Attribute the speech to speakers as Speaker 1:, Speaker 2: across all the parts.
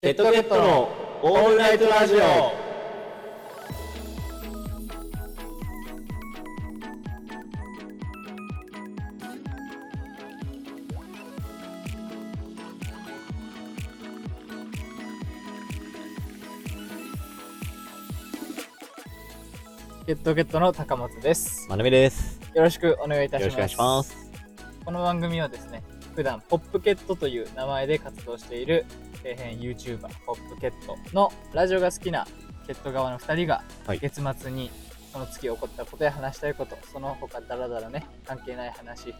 Speaker 1: テトテットのオールナイトラジオ。
Speaker 2: ゲットゲットの高松です。
Speaker 1: まなみです。
Speaker 2: よろしくお願いいた
Speaker 1: よ
Speaker 2: し
Speaker 1: ろ
Speaker 2: ま
Speaker 1: しく
Speaker 2: す。
Speaker 1: お願いします。
Speaker 2: この番組はですね、普段ポップケットという名前で活動している底辺 YouTuber ポップケットのラジオが好きなケット側の2人が
Speaker 1: はい
Speaker 2: 月末にその月起こったことや話したいこと、その他だらだらね、関係ない話、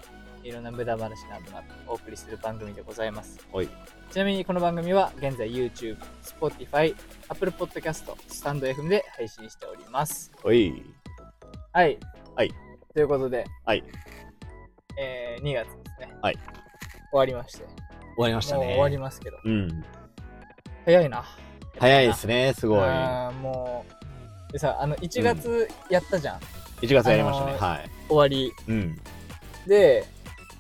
Speaker 2: いろんな無駄話などなどお送りする番組でございます。
Speaker 1: はい。
Speaker 2: ちなみにこの番組は現在 YouTube、Spotify、Apple Podcast、スタンド FM で配信しております。
Speaker 1: おい。
Speaker 2: はい。
Speaker 1: はい。
Speaker 2: ということで、
Speaker 1: はい。
Speaker 2: えー、2月ですね。
Speaker 1: はい。
Speaker 2: 終わりまして。
Speaker 1: 終わりました
Speaker 2: もう
Speaker 1: ね。
Speaker 2: 終わりますけど。
Speaker 1: うん。
Speaker 2: 早いな。
Speaker 1: 早いですね、すごい。1
Speaker 2: あーもう、でさ、あの、1月やったじゃん。
Speaker 1: 月やりましたね。
Speaker 2: あの
Speaker 1: はい。
Speaker 2: 終わり。
Speaker 1: うん。
Speaker 2: で、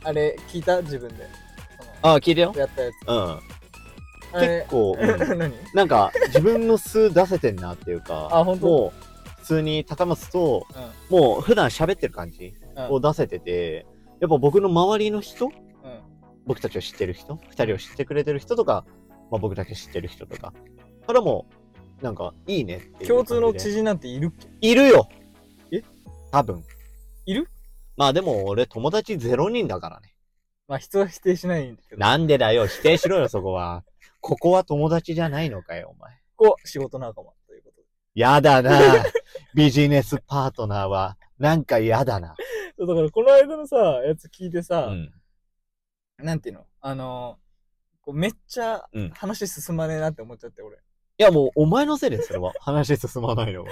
Speaker 2: あれ、聞いた自分で。
Speaker 1: ああ、聞いてよ
Speaker 2: その。やったやつ。
Speaker 1: うん。
Speaker 2: あ
Speaker 1: 結
Speaker 2: れ、
Speaker 1: 構、うん
Speaker 2: 何
Speaker 1: なんか、自分の数出せてんなっていうか、
Speaker 2: あ本当
Speaker 1: もう、普通に高松と、
Speaker 2: うん
Speaker 1: もう普段喋ってる感じ
Speaker 2: うん
Speaker 1: を出せてて、やっぱ僕の周りの人、
Speaker 2: うん
Speaker 1: 僕たちを知ってる人、二人を知ってくれてる人とか、まあ、僕だけ知ってる人とか、からも、なんか、いいねっていう
Speaker 2: 共通の
Speaker 1: 感じ
Speaker 2: 知
Speaker 1: で
Speaker 2: 人なんているっけ
Speaker 1: いるよ
Speaker 2: え
Speaker 1: 多分。
Speaker 2: いる
Speaker 1: まあでも俺友達0人だからね。
Speaker 2: まあ、人は否定しないんだけど。
Speaker 1: なんでだよ、否定 しろよ、そこは。ここは友達じゃないのかよ、お前。
Speaker 2: こう、仕事仲間ということで
Speaker 1: や だな。ビジネスパートナーは、なんかやだな。
Speaker 2: そう。だから、この間のさ、やつ聞いて
Speaker 1: う
Speaker 2: さ、
Speaker 1: ん。
Speaker 2: なんていうのあの、こうめっちゃ
Speaker 1: うん
Speaker 2: 話進まねえなって思っちゃって、俺。
Speaker 1: いや、もう、お前のせいです、それは。話進まないのは。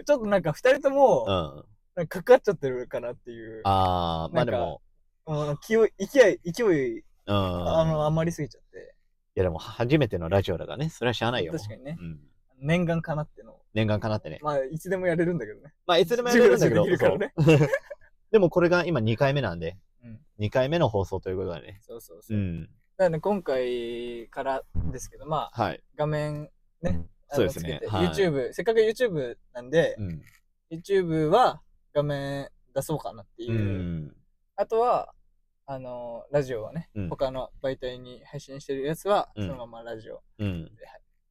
Speaker 2: えちょっとなんか二人と
Speaker 1: う
Speaker 2: も、
Speaker 1: ん。
Speaker 2: なんかかかっちゃってるかなっていう。
Speaker 1: あー、まあでも、
Speaker 2: もう勢い、勢い、勢い、
Speaker 1: うん。
Speaker 2: あ
Speaker 1: い
Speaker 2: の、余りすぎちゃって。
Speaker 1: や、でも、初めてのラジオだからね、それはしゃあないよ。
Speaker 2: 確かにね
Speaker 1: うん。
Speaker 2: 念願かなっての。
Speaker 1: 念願かなってね。
Speaker 2: まあ、いつでもやれるんだけどね。
Speaker 1: まあ、いつでもやれるんだけど、
Speaker 2: 自由自由できる
Speaker 1: そうでも、これが今2回目なんで、
Speaker 2: うん。
Speaker 1: 2回目の放送ということだね。
Speaker 2: そうそうそうう。
Speaker 1: ん。
Speaker 2: なので、今回からですけど、まあ、
Speaker 1: はい。
Speaker 2: 画面ね、あ
Speaker 1: そう
Speaker 2: の
Speaker 1: ですね
Speaker 2: つけて
Speaker 1: はい
Speaker 2: YouTube、せっかく YouTube なんで
Speaker 1: う、ん。
Speaker 2: YouTube は画面出そうかなっていうう。
Speaker 1: ん。
Speaker 2: あとは、あのラジオはね、
Speaker 1: うん
Speaker 2: 他の媒体に配信してるやつは、
Speaker 1: うん
Speaker 2: そのままラジオ
Speaker 1: うん。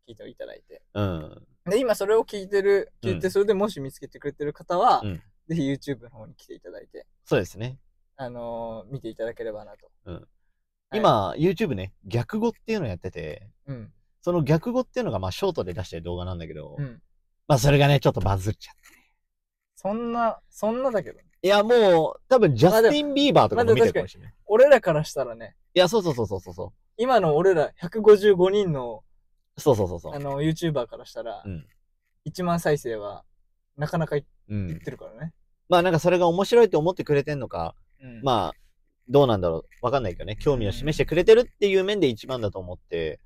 Speaker 2: 聞いていただいて。
Speaker 1: うん。
Speaker 2: で、今それを聞いてる、
Speaker 1: うん
Speaker 2: 聞いて、それでもし見つけてくれてる方は、
Speaker 1: うん
Speaker 2: ぜひ YouTube の方に来ていただいて、
Speaker 1: そうですね。
Speaker 2: あのー見ていただければなと。はい
Speaker 1: 今、YouTube ね、逆語っていうのやってて、
Speaker 2: うん。
Speaker 1: その逆語っていうのが、まあ、ショートで出してる動画なんだけど、
Speaker 2: うん。
Speaker 1: まあ、それがね、ちょっとバズっちゃった。
Speaker 2: そんな、そんなだけど、
Speaker 1: いや、もう、多分、ジャスティン・ビーバーと
Speaker 2: ま
Speaker 1: かも
Speaker 2: あ
Speaker 1: 見
Speaker 2: でも
Speaker 1: てるかもしれない。
Speaker 2: 俺らからしたらね、
Speaker 1: いや、そうそうそうそうそうそ
Speaker 2: 今の俺ら155人の、
Speaker 1: う。そうそうそうそ
Speaker 2: あ
Speaker 1: う。
Speaker 2: の、YouTuber からしたら、
Speaker 1: うん
Speaker 2: 1万再生は、なかなかい
Speaker 1: うん
Speaker 2: いってるからね。
Speaker 1: まあ、なんかそれが面白いと思ってくれてんのか、
Speaker 2: うん
Speaker 1: まあ、どうなんだろう。わかんないけどね。興味を示してくれてるっていう面で一番だと思って、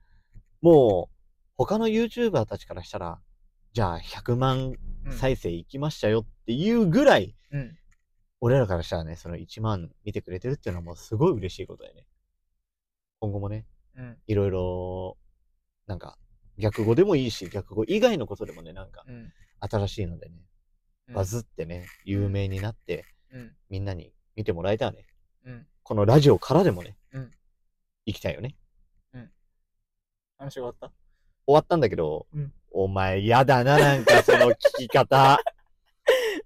Speaker 1: もう、他の YouTuber たちからしたら、じゃあ100万
Speaker 2: うん
Speaker 1: 再生いきましたよっていうぐらい、
Speaker 2: うん。
Speaker 1: 俺らからしたらね、その1万見てくれてるっていうのはもうすごい嬉しいことだよね。今後もね、
Speaker 2: うん。
Speaker 1: いろいろ、なんか、逆語でもいいし、逆語以外のことでもね、なんか、
Speaker 2: うん。
Speaker 1: 新しいのでね、
Speaker 2: うん
Speaker 1: バズってね、有名になって、
Speaker 2: うん。
Speaker 1: みんなに見てもらえたらね、
Speaker 2: うん。
Speaker 1: このラジオからでもね、
Speaker 2: うん
Speaker 1: 行きたいよね。
Speaker 2: 話終わった
Speaker 1: 終わったんだけど、
Speaker 2: うん
Speaker 1: お前嫌だな、なんかその聞 き方。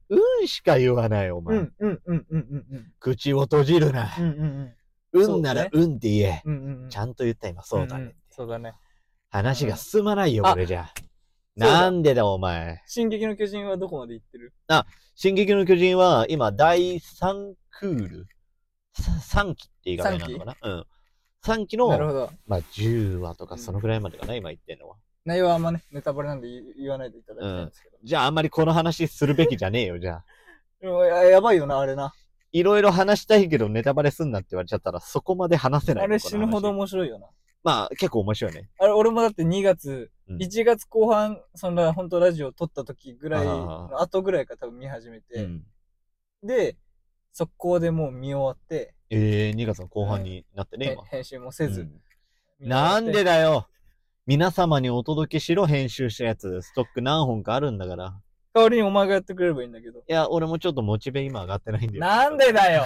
Speaker 1: うんしか言わない、お
Speaker 2: う
Speaker 1: 前。
Speaker 2: んうんうんうんうんうん。
Speaker 1: 口を閉じるな。
Speaker 2: うんうん
Speaker 1: う
Speaker 2: そうん
Speaker 1: なら
Speaker 2: ね
Speaker 1: うんって言え。
Speaker 2: うん。うんうんうん。
Speaker 1: ちゃんと言った今、そうだね。
Speaker 2: んんそうだね。
Speaker 1: 話が進まないよ、
Speaker 2: うん
Speaker 1: これじゃ。
Speaker 2: そうだ
Speaker 1: なんでだ、お前。
Speaker 2: 進撃の巨人はどこまで行ってる
Speaker 1: 進撃の巨人は、今、第3クール。3期って言い方になるのかなうん。3期
Speaker 2: なる
Speaker 1: の、
Speaker 2: ほど。
Speaker 1: まあ、10話とか、
Speaker 2: うん
Speaker 1: そのぐらいまでかな、今言ってんのは。
Speaker 2: 内容はあんまね、ネタバレなんで言言わないでいただきたいんですけど。
Speaker 1: じゃあ、あんまりこの話するべきじゃねえよ、じゃあ。
Speaker 2: でもややばいよな、あれな。
Speaker 1: いろいろ話したいけど、ネタバレすんなって言われちゃったら、そこまで話せない
Speaker 2: あ
Speaker 1: よ。
Speaker 2: れ
Speaker 1: この話
Speaker 2: 死ぬほど。面白いよな。
Speaker 1: まあ、結構面白いね。
Speaker 2: あれ、俺もだって2月、
Speaker 1: うん
Speaker 2: 1月後半、そんな、本当ラジオ撮った時ぐらいの後ぐらいから多分見始め
Speaker 1: う
Speaker 2: て、
Speaker 1: ん。
Speaker 2: で、速攻でもう見終わって、
Speaker 1: えー、2月の後半になってね、今
Speaker 2: へ。編集もせず。
Speaker 1: うん
Speaker 2: 見終わ
Speaker 1: な
Speaker 2: って
Speaker 1: んでだよ皆様にお届けしろ編集したやつ、ストック何本かあるんだから。
Speaker 2: 代わりにお前がやってくれればいいんだけど。
Speaker 1: いや、俺もちょっとモチベ今上がってないんだよ。
Speaker 2: なんでだよ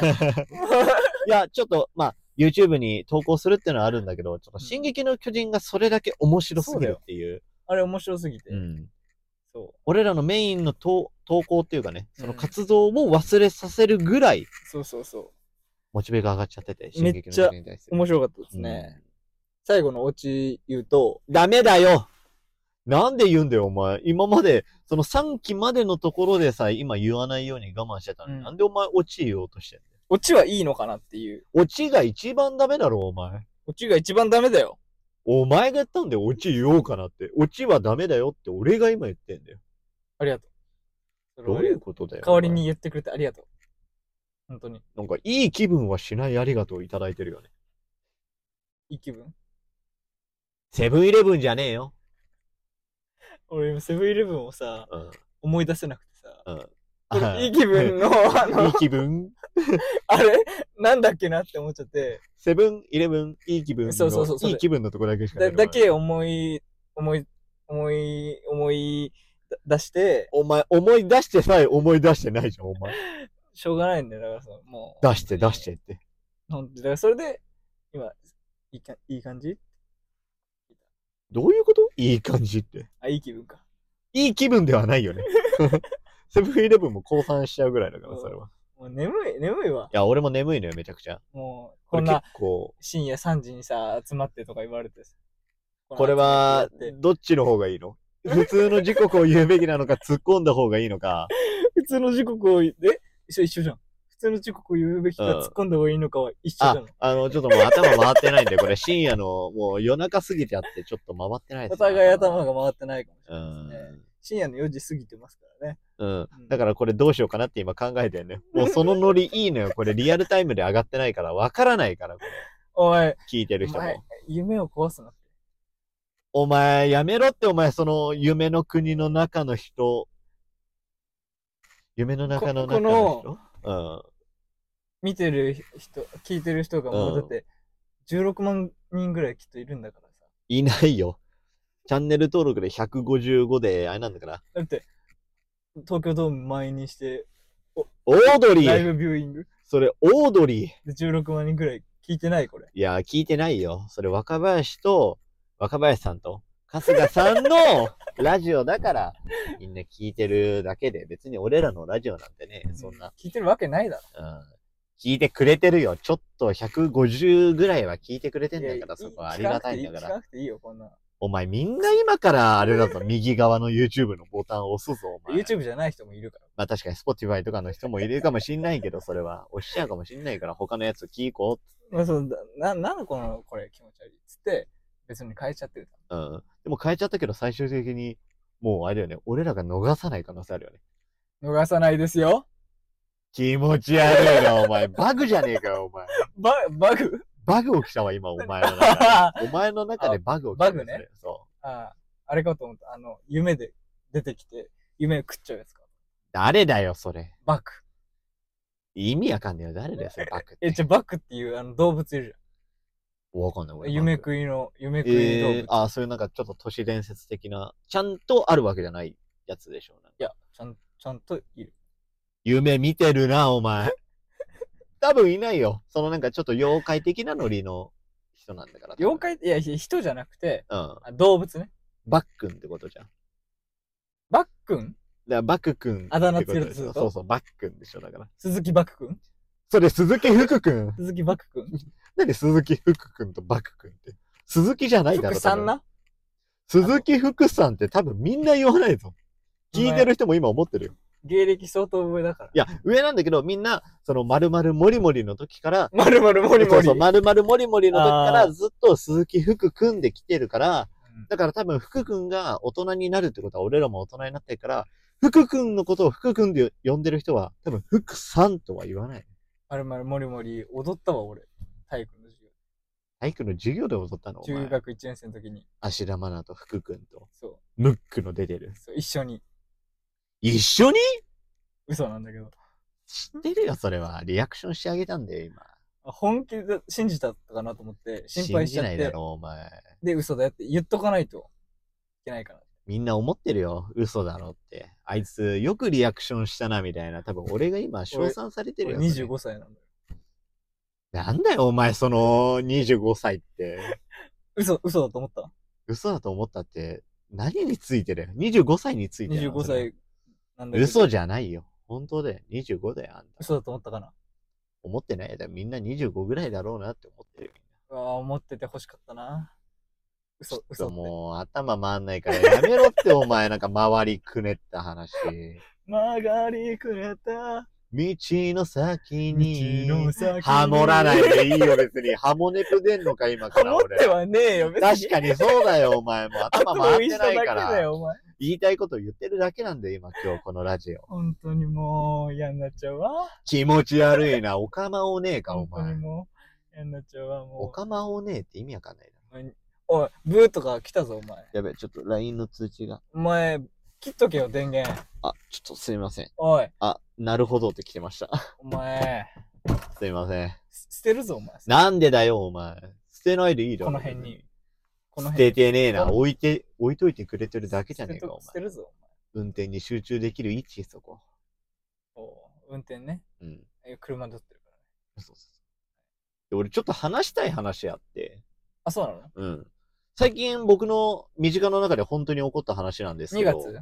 Speaker 1: いや、ちょっと、まあ、YouTube に投稿するっていうのはあるんだけど、ちょっと、進撃の巨人がそれだけ面白すぎるっていう。
Speaker 2: あれ面白すぎて。
Speaker 1: うん。
Speaker 2: そう。
Speaker 1: 俺らのメインの投投稿っていうかね、その活動も忘れさせるぐらい、
Speaker 2: そうそうそ
Speaker 1: モチベが上がっちゃってて、
Speaker 2: め
Speaker 1: 進
Speaker 2: っ
Speaker 1: 撃
Speaker 2: ちゃ
Speaker 1: の巨人に対す
Speaker 2: う。
Speaker 1: る。
Speaker 2: 面白かったですね。最後のオチ言うと、
Speaker 1: ダメだよなんで言うんだよ、お前。今まで、その3期までのところでさえ、今言わないように我慢してたのに、
Speaker 2: うん
Speaker 1: なんでお前、落ち言おうとしてんだよ。
Speaker 2: オチはいいのかなっていう。
Speaker 1: 落ちが一番ダメだろ、お前。
Speaker 2: オチが一番ダメだよ。
Speaker 1: お前が言ったんで、落ち言おうかなって。落ちはダメだよって、俺が今言ってんだよ。
Speaker 2: ありがとう。それ
Speaker 1: ど
Speaker 2: はあ
Speaker 1: う
Speaker 2: り
Speaker 1: い
Speaker 2: が
Speaker 1: う
Speaker 2: と
Speaker 1: ことだよ
Speaker 2: う。。代わりに。言ってくれてありがとう。本当に。
Speaker 1: なんか、いい気分はしないありがとういただいてるよね。
Speaker 2: いい気分。
Speaker 1: セブンイレブンじゃねえよ。
Speaker 2: 俺今セブンイレブンをさ、
Speaker 1: うん。
Speaker 2: 思い出せなくてさ。こ
Speaker 1: あ
Speaker 2: れ いい気分 の、あ
Speaker 1: いい
Speaker 2: の、
Speaker 1: 気分。
Speaker 2: あれなんだっけなって思っちゃって、
Speaker 1: セブンイレブン、いい気分の。
Speaker 2: そうそうそうそれ
Speaker 1: いい気分のとこだけしか
Speaker 2: だ
Speaker 1: 出てこない
Speaker 2: だ。け思い、思い、思い、思い出して、
Speaker 1: お前、思い出してさえ思い出してないじゃん、お前。
Speaker 2: しょうがないんだよ。だからさ、もう。
Speaker 1: 出して出してって。
Speaker 2: ほんとだからそれで、今、いいかいい感じ
Speaker 1: どういうこといい感じって。
Speaker 2: あ、いい気分か。
Speaker 1: いい気分ではないよね。 セブンイレブンも降参しちゃうぐらいだから、それは。
Speaker 2: もう眠い、眠いわ。
Speaker 1: いや、俺も眠いのよ、めちゃくちゃ。
Speaker 2: もう、こ
Speaker 1: これ
Speaker 2: ん
Speaker 1: 結
Speaker 2: な
Speaker 1: 構、
Speaker 2: 深夜3時にさ、集まってとか言われてさ。
Speaker 1: これは
Speaker 2: 集まってやって、
Speaker 1: どっちの方がいいの普通の時刻を言うべきなのか、突っ込んだ方がいいのか。
Speaker 2: 普通の時刻を、え一緒一緒じゃん。普通の時刻を言うべきか
Speaker 1: うん
Speaker 2: 突っ込んだ方がいいのかは一緒じゃ
Speaker 1: あ
Speaker 2: ん。、
Speaker 1: あの、ちょっともう頭回ってないんで、これ深夜の、もう夜中過ぎちゃって、ちょっと回ってないです、ね。
Speaker 2: お互い頭が回ってないかもし
Speaker 1: う
Speaker 2: れないですね。
Speaker 1: ん。
Speaker 2: 深夜の4時過ぎてますからね。
Speaker 1: うん。だからこれどうしようかなって今考えて んね。もうそのノリいいのよ。これリアルタイムで上がってないから、わからないから、これ
Speaker 2: おい、
Speaker 1: 聞いてる人
Speaker 2: お前
Speaker 1: も。
Speaker 2: 夢を壊すなって。
Speaker 1: お前、やめろって、お前、その、夢の国の中の人。夢の中の中の人うん。
Speaker 2: 見てる人、聞いてる人がもうだって、16万人ぐらいきっといるんだからさ。
Speaker 1: いないよ。チャンネル登録で155で、あれなんだから。
Speaker 2: だって、東京ドーム満員にして、
Speaker 1: オードリ
Speaker 2: ライ
Speaker 1: ー
Speaker 2: ブビューイング
Speaker 1: それ、オードリー
Speaker 2: で16万人ぐらい聞いてないこれ。
Speaker 1: いや、聞いてないよ。それ、若林と、若林さんと、春日さんのラジオだから、みんな聞いてるだけで、別に俺らのラジオなんてね、そんな、
Speaker 2: 聞いてるわけないだ
Speaker 1: うん。聞いてくれてるよ。ちょっと150ぐらいは聞いてくれて
Speaker 2: ろ。
Speaker 1: んだ
Speaker 2: い
Speaker 1: から、
Speaker 2: や
Speaker 1: そこはありがたいんだか。
Speaker 2: 聞からなくていい聞かなくていいよ、こんなの。
Speaker 1: お前みんな今からあれだぞ、右側の YouTube のボタンを押すぞ、お前。
Speaker 2: YouTube じゃない人もいるから。
Speaker 1: まあ確かに Spotify とかの人もいるかもしんないけど、それは。押しちゃうかもしんないから、他のやつ聞こ
Speaker 2: まあ、そうだな、なんでこの、これ気持ち悪いっつって、別に変えちゃってる。
Speaker 1: う。うん。でも変えちゃったけど、最終的に、もうあれだよね、俺らが逃さない可能性あるよね。
Speaker 2: 逃さないですよ。
Speaker 1: 気持ち悪 いな、お前。バグじゃねえかよ、お前。
Speaker 2: ババ グ
Speaker 1: バグ起きたわ、今、お前の 中で。お前の中でバグ起きたわ。
Speaker 2: あバグね
Speaker 1: それ。そう。
Speaker 2: ああ、あれかと思った。あの、夢で出てきて、夢食っちゃうやつか。
Speaker 1: 誰だよ、それ。
Speaker 2: バク。
Speaker 1: 意味わかんねえよ、誰だよ、それ、バグっ
Speaker 2: え、
Speaker 1: て。
Speaker 2: じゃあバクっていうあの動物いる
Speaker 1: わかんない、
Speaker 2: じゃ
Speaker 1: 俺。
Speaker 2: ん。夢
Speaker 1: い。
Speaker 2: 食いの、夢食い動物。
Speaker 1: えー、あー、そういうなんかちょっと都市伝説的な、ちゃんとあるわけじゃないやつでしょう、ね。
Speaker 2: いや、ちゃん、ちゃんといる。
Speaker 1: 夢見てるな、お前。多分いないよ。そのなんかちょっと妖怪的なノリの人なんだから。多分
Speaker 2: 妖怪って、いや、ひ人じゃなくて、
Speaker 1: うん。
Speaker 2: あ動物ね。
Speaker 1: バックンってことじゃん。
Speaker 2: バ
Speaker 1: だか
Speaker 2: ックン
Speaker 1: らバックくんってこと
Speaker 2: あだ名つけると
Speaker 1: です
Speaker 2: る
Speaker 1: しょ
Speaker 2: と
Speaker 1: そうそう、バックンでしょ、だから。
Speaker 2: 鈴木バクくん
Speaker 1: それ、鈴木福くん。
Speaker 2: 鈴木バクくん
Speaker 1: なんで鈴木福くんとバックくんって。鈴木じゃないだろ。
Speaker 2: 福さんな
Speaker 1: 多分鈴木福さんって多分みんな言わないぞ。聞いてる人も今思ってるよ。
Speaker 2: 芸歴相当上だから。
Speaker 1: いや、上なんだけど、みんな、その、まるまるもりもりの時から、
Speaker 2: まるまるもり
Speaker 1: そ
Speaker 2: も
Speaker 1: う
Speaker 2: り。
Speaker 1: そう、まるまるもりもりの時か
Speaker 2: あ
Speaker 1: らずっと鈴木福くんで来てるから、
Speaker 2: うん
Speaker 1: だから多分、福君が大人になるってことは、俺らも大人になってるから、福君のことを福君で呼んでる人は、多分、福さんとは言わない。
Speaker 2: まるまるもりもり踊ったわ、俺。体育の授業。
Speaker 1: 体育の授業で踊ったのお
Speaker 2: 中
Speaker 1: 前。
Speaker 2: 学1年生の時に。
Speaker 1: 芦田愛菜と福君と、
Speaker 2: そ
Speaker 1: ムックの出てる
Speaker 2: う。。そう一緒に。
Speaker 1: 一緒に
Speaker 2: 嘘なんだけど。
Speaker 1: 知ってるよ、それは。リアクションしてあげたんだよ、今。
Speaker 2: 本気で信じたかなと思って、心配しちゃっ
Speaker 1: 信じないだ
Speaker 2: て、
Speaker 1: ろ、お前。
Speaker 2: で、嘘だよって言っとかないといけないかな。
Speaker 1: みんな思ってるよ。嘘だろって。あいつ、よくリアクションしたな、みたいな。多分、俺が今、称賛されてる
Speaker 2: 俺
Speaker 1: よ。それ
Speaker 2: 25歳なんだよ。
Speaker 1: なんだよ、お前、その、25歳って。
Speaker 2: 嘘、嘘だと思った
Speaker 1: 嘘だと思ったって、何についてだよ。25歳についてだよ
Speaker 2: ?25。
Speaker 1: それ
Speaker 2: 歳なんだけど。
Speaker 1: 嘘じゃないよ。本当だよ。25だよ、あんた。
Speaker 2: 嘘だと思ったかな
Speaker 1: 思ってないよ。だからみんな25ぐらいだろうなって思ってるよ。
Speaker 2: うわあ思ってて欲しかったな。嘘、
Speaker 1: ちょ
Speaker 2: 嘘
Speaker 1: っと
Speaker 2: って。
Speaker 1: もう、頭回んないから、やめろって、お 前、なんか、周りくねった話。
Speaker 2: 曲がりくれた。
Speaker 1: 道の先に。
Speaker 2: 先に
Speaker 1: ハモらないでいいよ、別に。ハモネプ出んのか、今か
Speaker 2: ハ
Speaker 1: ら
Speaker 2: モっ
Speaker 1: 俺。
Speaker 2: てはねえよ、別
Speaker 1: 確
Speaker 2: に。
Speaker 1: かにそうだよ、お前。もう頭
Speaker 2: 頭
Speaker 1: 回っ
Speaker 2: 一
Speaker 1: て
Speaker 2: 緒
Speaker 1: な
Speaker 2: だ
Speaker 1: い
Speaker 2: けだ
Speaker 1: から。
Speaker 2: よ、お前。
Speaker 1: 言いたいこと言ってるだけなんだよ、今、今日、このラジオ。
Speaker 2: 本当にもう嫌になっちゃうわ。
Speaker 1: 気持ち悪いな、おかまおねえか、お
Speaker 2: 本当に
Speaker 1: 前。
Speaker 2: もう嫌になっちゃうわ、
Speaker 1: お
Speaker 2: もう。
Speaker 1: かまおねえって意味わかんないな。
Speaker 2: おい、ブーとか来たぞ、お前。
Speaker 1: やべ、ちょっと LINE の通知が。
Speaker 2: お前、切っとけよ、電源。
Speaker 1: あ、ちょっとすいません。
Speaker 2: おい、
Speaker 1: あ、なるほどって来てました。
Speaker 2: お前、
Speaker 1: すいません。
Speaker 2: す捨てるぞ、お前。
Speaker 1: なんでだよ、お前。捨てないでいいだろ。
Speaker 2: この辺。に。この
Speaker 1: 捨
Speaker 2: 辺
Speaker 1: て
Speaker 2: に。
Speaker 1: てねえな。置いて、置いといてくれてるだけじゃねえか、お
Speaker 2: 捨て
Speaker 1: 前。
Speaker 2: るぞ、
Speaker 1: 運転に集中できる位置、そこ。
Speaker 2: お前。おう運転ね。
Speaker 1: うん。
Speaker 2: え車で撮ってるからね。
Speaker 1: そうそうそうで俺ちょっと話したい話あって、
Speaker 2: あ、そうなの
Speaker 1: うん。最近僕の身近の中で本当に起こった話なんです
Speaker 2: ?2
Speaker 1: けど。
Speaker 2: 月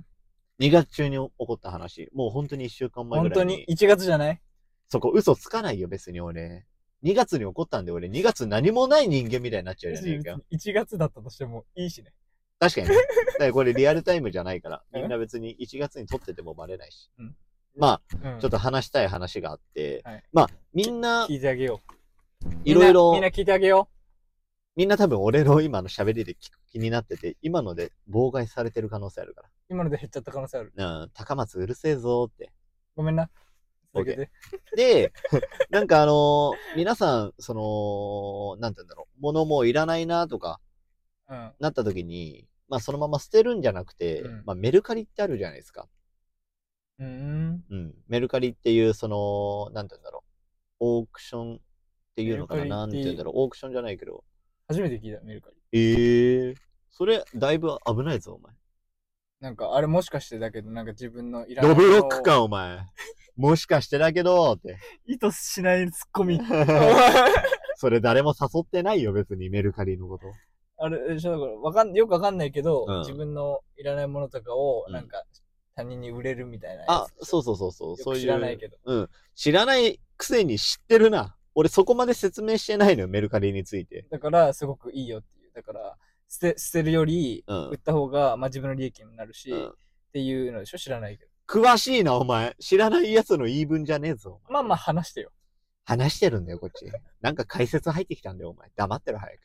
Speaker 1: ?2 月中に起こった話。もう本当に1週間前
Speaker 2: 本
Speaker 1: ぐら
Speaker 2: 当
Speaker 1: いに。
Speaker 2: に1月じゃない
Speaker 1: そこ嘘つかないよ、別に俺。2月に起こったんで俺、2月何もない人間みたいになっちゃうじゃねえかよ。
Speaker 2: 1月だったとしてもいいしね。
Speaker 1: 確か にね。だからこれリアルタイムじゃないから、みんな別に1月に撮っててもバレないし。
Speaker 2: うん
Speaker 1: まあ、
Speaker 2: うん、
Speaker 1: ちょっと話したい話があって、
Speaker 2: はい
Speaker 1: まあ、みんな、
Speaker 2: 聞いてあげよう。
Speaker 1: いろいろ
Speaker 2: みんなみんな聞いてあげよ
Speaker 1: みんな多分俺の今の喋りで聞く気になってて、今ので妨害されてる可能性あるか
Speaker 2: う。今ので減っちゃった可能性ある。
Speaker 1: ら。うん、高松うるせえぞーって。
Speaker 2: ごめんな。
Speaker 1: オッケー
Speaker 2: 続けて
Speaker 1: で、 なんかあのー皆さん、その、なんて言うんだろう、物もういらないなとか、
Speaker 2: うん。
Speaker 1: なった時に、まあそのまま捨てるんじゃなくて、
Speaker 2: うん
Speaker 1: まあメルカリってあるじゃないですか。
Speaker 2: うーん。
Speaker 1: うん。メルカリっていう、その、なんて言うんだろう、オークションっていうのかな、
Speaker 2: メルカ
Speaker 1: な
Speaker 2: リっ
Speaker 1: ん
Speaker 2: て
Speaker 1: て言うんだろう、オークションじゃないけど。
Speaker 2: 初めて聞いた、メルカリ。
Speaker 1: ええそれ、だいぶ危ないぞ、お前。
Speaker 2: なんか、あれもしかしてだけど、なんか自分のいらないも
Speaker 1: ドブ
Speaker 2: のを
Speaker 1: ロックか、お前。もしかしてだけど、 って。
Speaker 2: 意図しないツッコ ミ。
Speaker 1: それ誰も誘ってないよ、別にメルカリのこと。
Speaker 2: あれ、ちょっとこれわかん、よくわかんないけど、
Speaker 1: うん
Speaker 2: 自分のいらないものとかを、
Speaker 1: うん
Speaker 2: なんか、他人に売れるみたいなやつ。
Speaker 1: あ、そうそうそうそう、
Speaker 2: よ
Speaker 1: そう
Speaker 2: く
Speaker 1: いう。
Speaker 2: 知らないけど。
Speaker 1: うん。知らないくせに知ってるな。俺そこまで説明してないのよ、メルカリについて。
Speaker 2: だから、すごくいいよっていう。だから、捨て、捨てるより、
Speaker 1: うん
Speaker 2: 売。った方が、まあ自分の利益になるし、
Speaker 1: う
Speaker 2: っ
Speaker 1: ん
Speaker 2: ていうのでしょ知らないけど。
Speaker 1: 詳しいな、お前。知らない奴の言い分じゃねえぞ。お前
Speaker 2: まあまあ。話してよ。
Speaker 1: 話してるんだよ、こっち。なんか解説入ってきたんだよ、お前。黙ってろ、早く。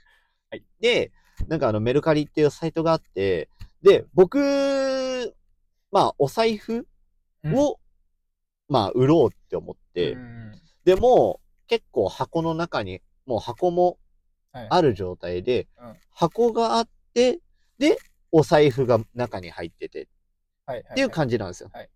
Speaker 2: はい。
Speaker 1: で、なんかあの、メルカリっていうサイトがあって、で、僕、まあ、お財布を、まあ、売ろうって思って、
Speaker 2: うん
Speaker 1: でも、結構箱の中に、もう箱も
Speaker 2: はい
Speaker 1: ある状態で、
Speaker 2: うん
Speaker 1: 箱があって、で、お財布が中に入ってて
Speaker 2: はいは
Speaker 1: っていう感じなんですよ。
Speaker 2: はい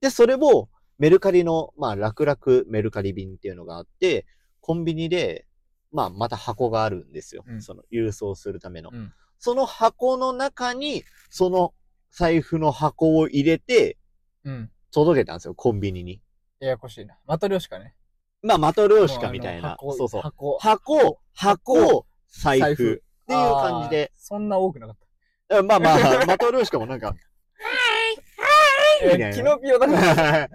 Speaker 1: で、それをメルカリの、まあ、楽々メルカリ便っていうのがあって、コンビニで、まあ、また箱があるんですよ。
Speaker 2: うん
Speaker 1: その、郵送するための。
Speaker 2: うん
Speaker 1: その箱の中に、その財布の箱を入れて、
Speaker 2: うん。
Speaker 1: 届けたんですよ、コンビニに。
Speaker 2: ややこしいな。マトリョーシカね。
Speaker 1: まあ、マトリョー
Speaker 2: も
Speaker 1: シ
Speaker 2: うあ
Speaker 1: カ
Speaker 2: の
Speaker 1: みたいな。
Speaker 2: 箱
Speaker 1: そうそう。
Speaker 2: 箱。
Speaker 1: 箱、箱、財布
Speaker 2: 財
Speaker 1: っ
Speaker 2: 布
Speaker 1: ていう感じで。
Speaker 2: あー。そんな多くなかっ
Speaker 1: うんまあまあ、マトリョーシカもなんか、
Speaker 2: た。
Speaker 1: みたいな
Speaker 2: えーキノピオだから。なんで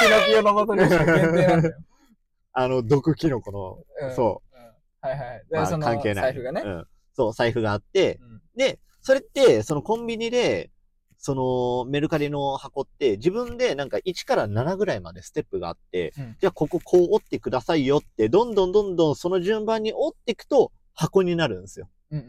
Speaker 2: キノピオのマトリョーシカ限定なんだよ。
Speaker 1: あの、毒キノコの、
Speaker 2: うん
Speaker 1: そ
Speaker 2: うんはいはい。
Speaker 1: う、
Speaker 2: で
Speaker 1: まあ
Speaker 2: その
Speaker 1: 関係ない。
Speaker 2: 財布がね
Speaker 1: う。ん。そう、財布があって、
Speaker 2: うん
Speaker 1: で、それって、そのコンビニで、そのメルカリの箱って自分でなんか1から7ぐらいまでステップがあって、
Speaker 2: うん
Speaker 1: じゃあこここう折ってくださいよって、どんどんどんどんその順番に折っていくと箱になるんですよ。
Speaker 2: うんう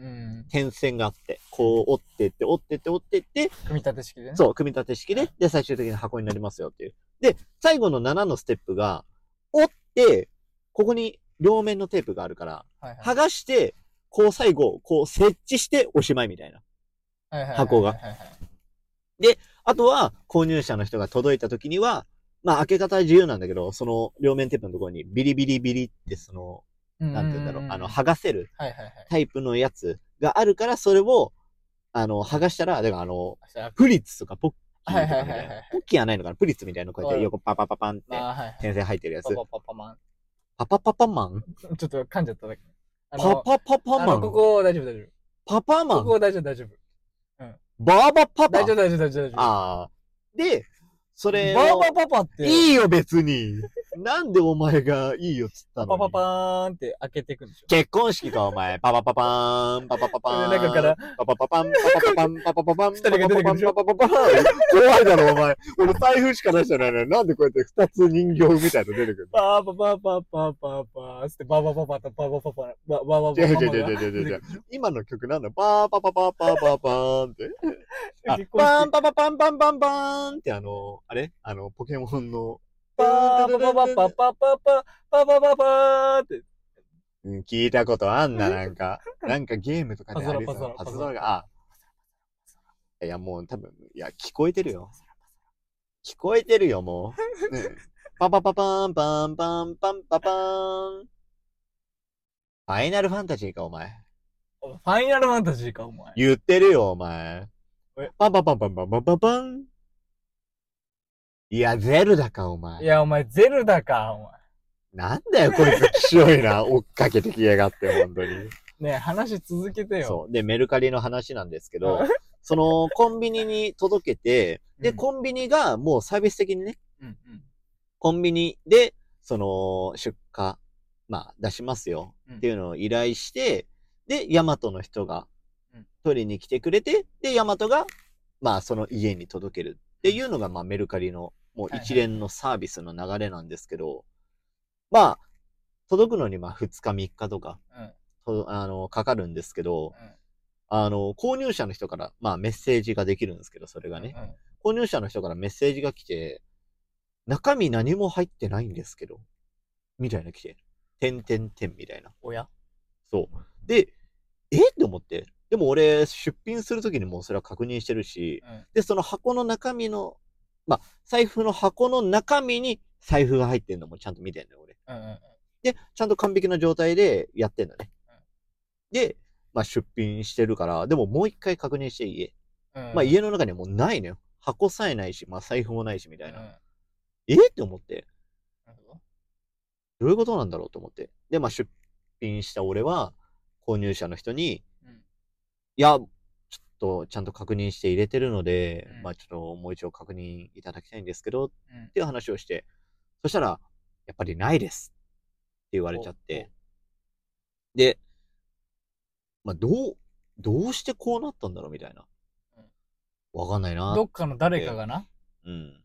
Speaker 2: ん。
Speaker 1: 点線があって、こう折ってって折ってって折ってって、
Speaker 2: 組み立て式でね。
Speaker 1: そう、組み立て式で、で、最終的に箱になりますよっていう。で、最後の7のステップが、折って、ここに両面のテープがあるから、
Speaker 2: はいはい。
Speaker 1: 剥がして、こう最後、こう設置しておしまいみたいな。
Speaker 2: はいはいはいはい
Speaker 1: 箱が
Speaker 2: はいはい
Speaker 1: あとは、購入者の人が届いた時には、まあ、開け方は自由なんだけど、その両面テープのところにビリビリビリってその、なんて言うんだろう、あの、
Speaker 2: は
Speaker 1: 剥がせる
Speaker 2: いはいはい。
Speaker 1: タイプのやつがあるから、それを、あの、剥がしたら、だからあの、
Speaker 2: あそれは
Speaker 1: プリッツとかポッキーとかみ
Speaker 2: はいは
Speaker 1: た
Speaker 2: い
Speaker 1: い
Speaker 2: はいは。
Speaker 1: ないポッキーはないのかなプリッツみたいなのこうやっ
Speaker 2: は
Speaker 1: て
Speaker 2: い
Speaker 1: 横パパパパンって
Speaker 2: あ、はいはい。
Speaker 1: 点線入ってるやつ
Speaker 2: パ。パパパマン。
Speaker 1: パパパパマン
Speaker 2: ちょっと噛んじゃっただけ。あ
Speaker 1: パ
Speaker 2: の
Speaker 1: パパパ
Speaker 2: あ
Speaker 1: マ
Speaker 2: の
Speaker 1: ン
Speaker 2: ここ大丈夫大丈夫。
Speaker 1: パパマ
Speaker 2: こ
Speaker 1: ン
Speaker 2: こ大丈夫大丈夫。
Speaker 1: バーバパパ
Speaker 2: 大丈夫大丈夫大丈夫大丈夫。
Speaker 1: ああ。で、そ
Speaker 2: バ
Speaker 1: れを
Speaker 2: ーバパパって、
Speaker 1: いいよ別に。なんでお前がいいよっつったの
Speaker 2: パ
Speaker 1: に
Speaker 2: パパーンって開けていくんでしょ。
Speaker 1: 結婚式かお前。パパパパーン、パパパパーン。
Speaker 2: 中から、
Speaker 1: パパパパン、パパパパン、パパパパン、
Speaker 2: 二人が出てくるでしょ
Speaker 1: パパパパパン。怖いだろお前。俺財布しか出してないのになんでこうやって二つ人形みたいなの出てくるの
Speaker 2: パーパパパパパパーつって、バーバパパとバーバパパ、バーバパパ
Speaker 1: 違う
Speaker 2: パ
Speaker 1: 違う違う
Speaker 2: パ
Speaker 1: 違う違う違う。今の曲なんだパーパパパパーパーパーンって。
Speaker 2: が
Speaker 1: あ
Speaker 2: 結、婚
Speaker 1: パ
Speaker 2: 式
Speaker 1: ンパパパンパンパンパンってあの、あれあの、ポケモンの。
Speaker 2: パーパパパパパパパパパパーって。
Speaker 1: うん、聞いたことあんな、なんか。なんかゲームとかでありそ
Speaker 2: パ
Speaker 1: うなパ
Speaker 2: ズド
Speaker 1: ズド
Speaker 2: ラ
Speaker 1: ラ
Speaker 2: パズドラ
Speaker 1: が、あ。いや、もう多分、いや、聞こえてるよ。聞こえてるよ、もう。うんパパパパーン、パンパンパンパパーン。ファイナルファンタジーか、お前。
Speaker 2: ファイナルファンタジーか、お前。
Speaker 1: 言ってるよ、お前
Speaker 2: え。
Speaker 1: パンパンパンパンパンパンパンパン。いや、ゼルダか、お前。
Speaker 2: いや、お前、ゼルダか、お前。
Speaker 1: なんだよ、こいつ、きしょ いな。追っかけてきやがって、本当に。
Speaker 2: ねえ話続けてよ。
Speaker 1: そう。で、メルカリの話なんですけど
Speaker 2: うん、
Speaker 1: その、コンビニに届けて、で、
Speaker 2: うん
Speaker 1: コンビニがもうサービス的にね、
Speaker 2: うんうん。
Speaker 1: コンビニで、その、出荷、まあ、出しますよ
Speaker 2: うん
Speaker 1: っていうのを依頼して、で、ヤマトの人が
Speaker 2: うん
Speaker 1: 取りに来てくれて、で、ヤマトが、まあ、その家に届けるっていうのが、まあ、メルカリの、もう一連のサービスの流れなんですけど、まあ、届くのに、まあ、2日3日とか、
Speaker 2: うん
Speaker 1: とあの、かかるんですけど、
Speaker 2: うん
Speaker 1: あの、購入者の人から、まあメッセージができるんですけど、それがね。
Speaker 2: うん
Speaker 1: 購入者の人からメッセージが来て、中身何も入ってないんですけど、みたいな来て、てんてんてんみたいな。
Speaker 2: おや
Speaker 1: そう。で、えって思って。でも俺、出品するときにもうそれは確認してるし、
Speaker 2: うん
Speaker 1: で、その箱の中身の、まあ、財布の箱の中身に財布が入ってるのもちゃんと見てんだよ、俺。
Speaker 2: うんうん
Speaker 1: で、ちゃんと完璧な状態でやってんだね
Speaker 2: うん。
Speaker 1: で、まあ出品してるから、でももう一回確認して家。
Speaker 2: うん。うん
Speaker 1: まあ家の中にはもうないのよ。箱さえないし、まあ財布もないしみたいな。
Speaker 2: うん
Speaker 1: えーって思って、
Speaker 2: なるほど
Speaker 1: どういうことなんだろうと思って。で、まあ出品した俺は、購入者の人に、
Speaker 2: うん
Speaker 1: いや、ちょっとちゃんと確認して入れてるので、
Speaker 2: うん
Speaker 1: まあちょっともう一度確認いただきたいんですけど、っ
Speaker 2: うん
Speaker 1: ていう話をして、そしたら、やっぱりないです。って言われちゃって。で、まあ、どう、どうしてこうなったんだろうみたいな
Speaker 2: うん。
Speaker 1: わかんない
Speaker 2: お
Speaker 1: な
Speaker 2: お。どっかの誰かがな。
Speaker 1: うん。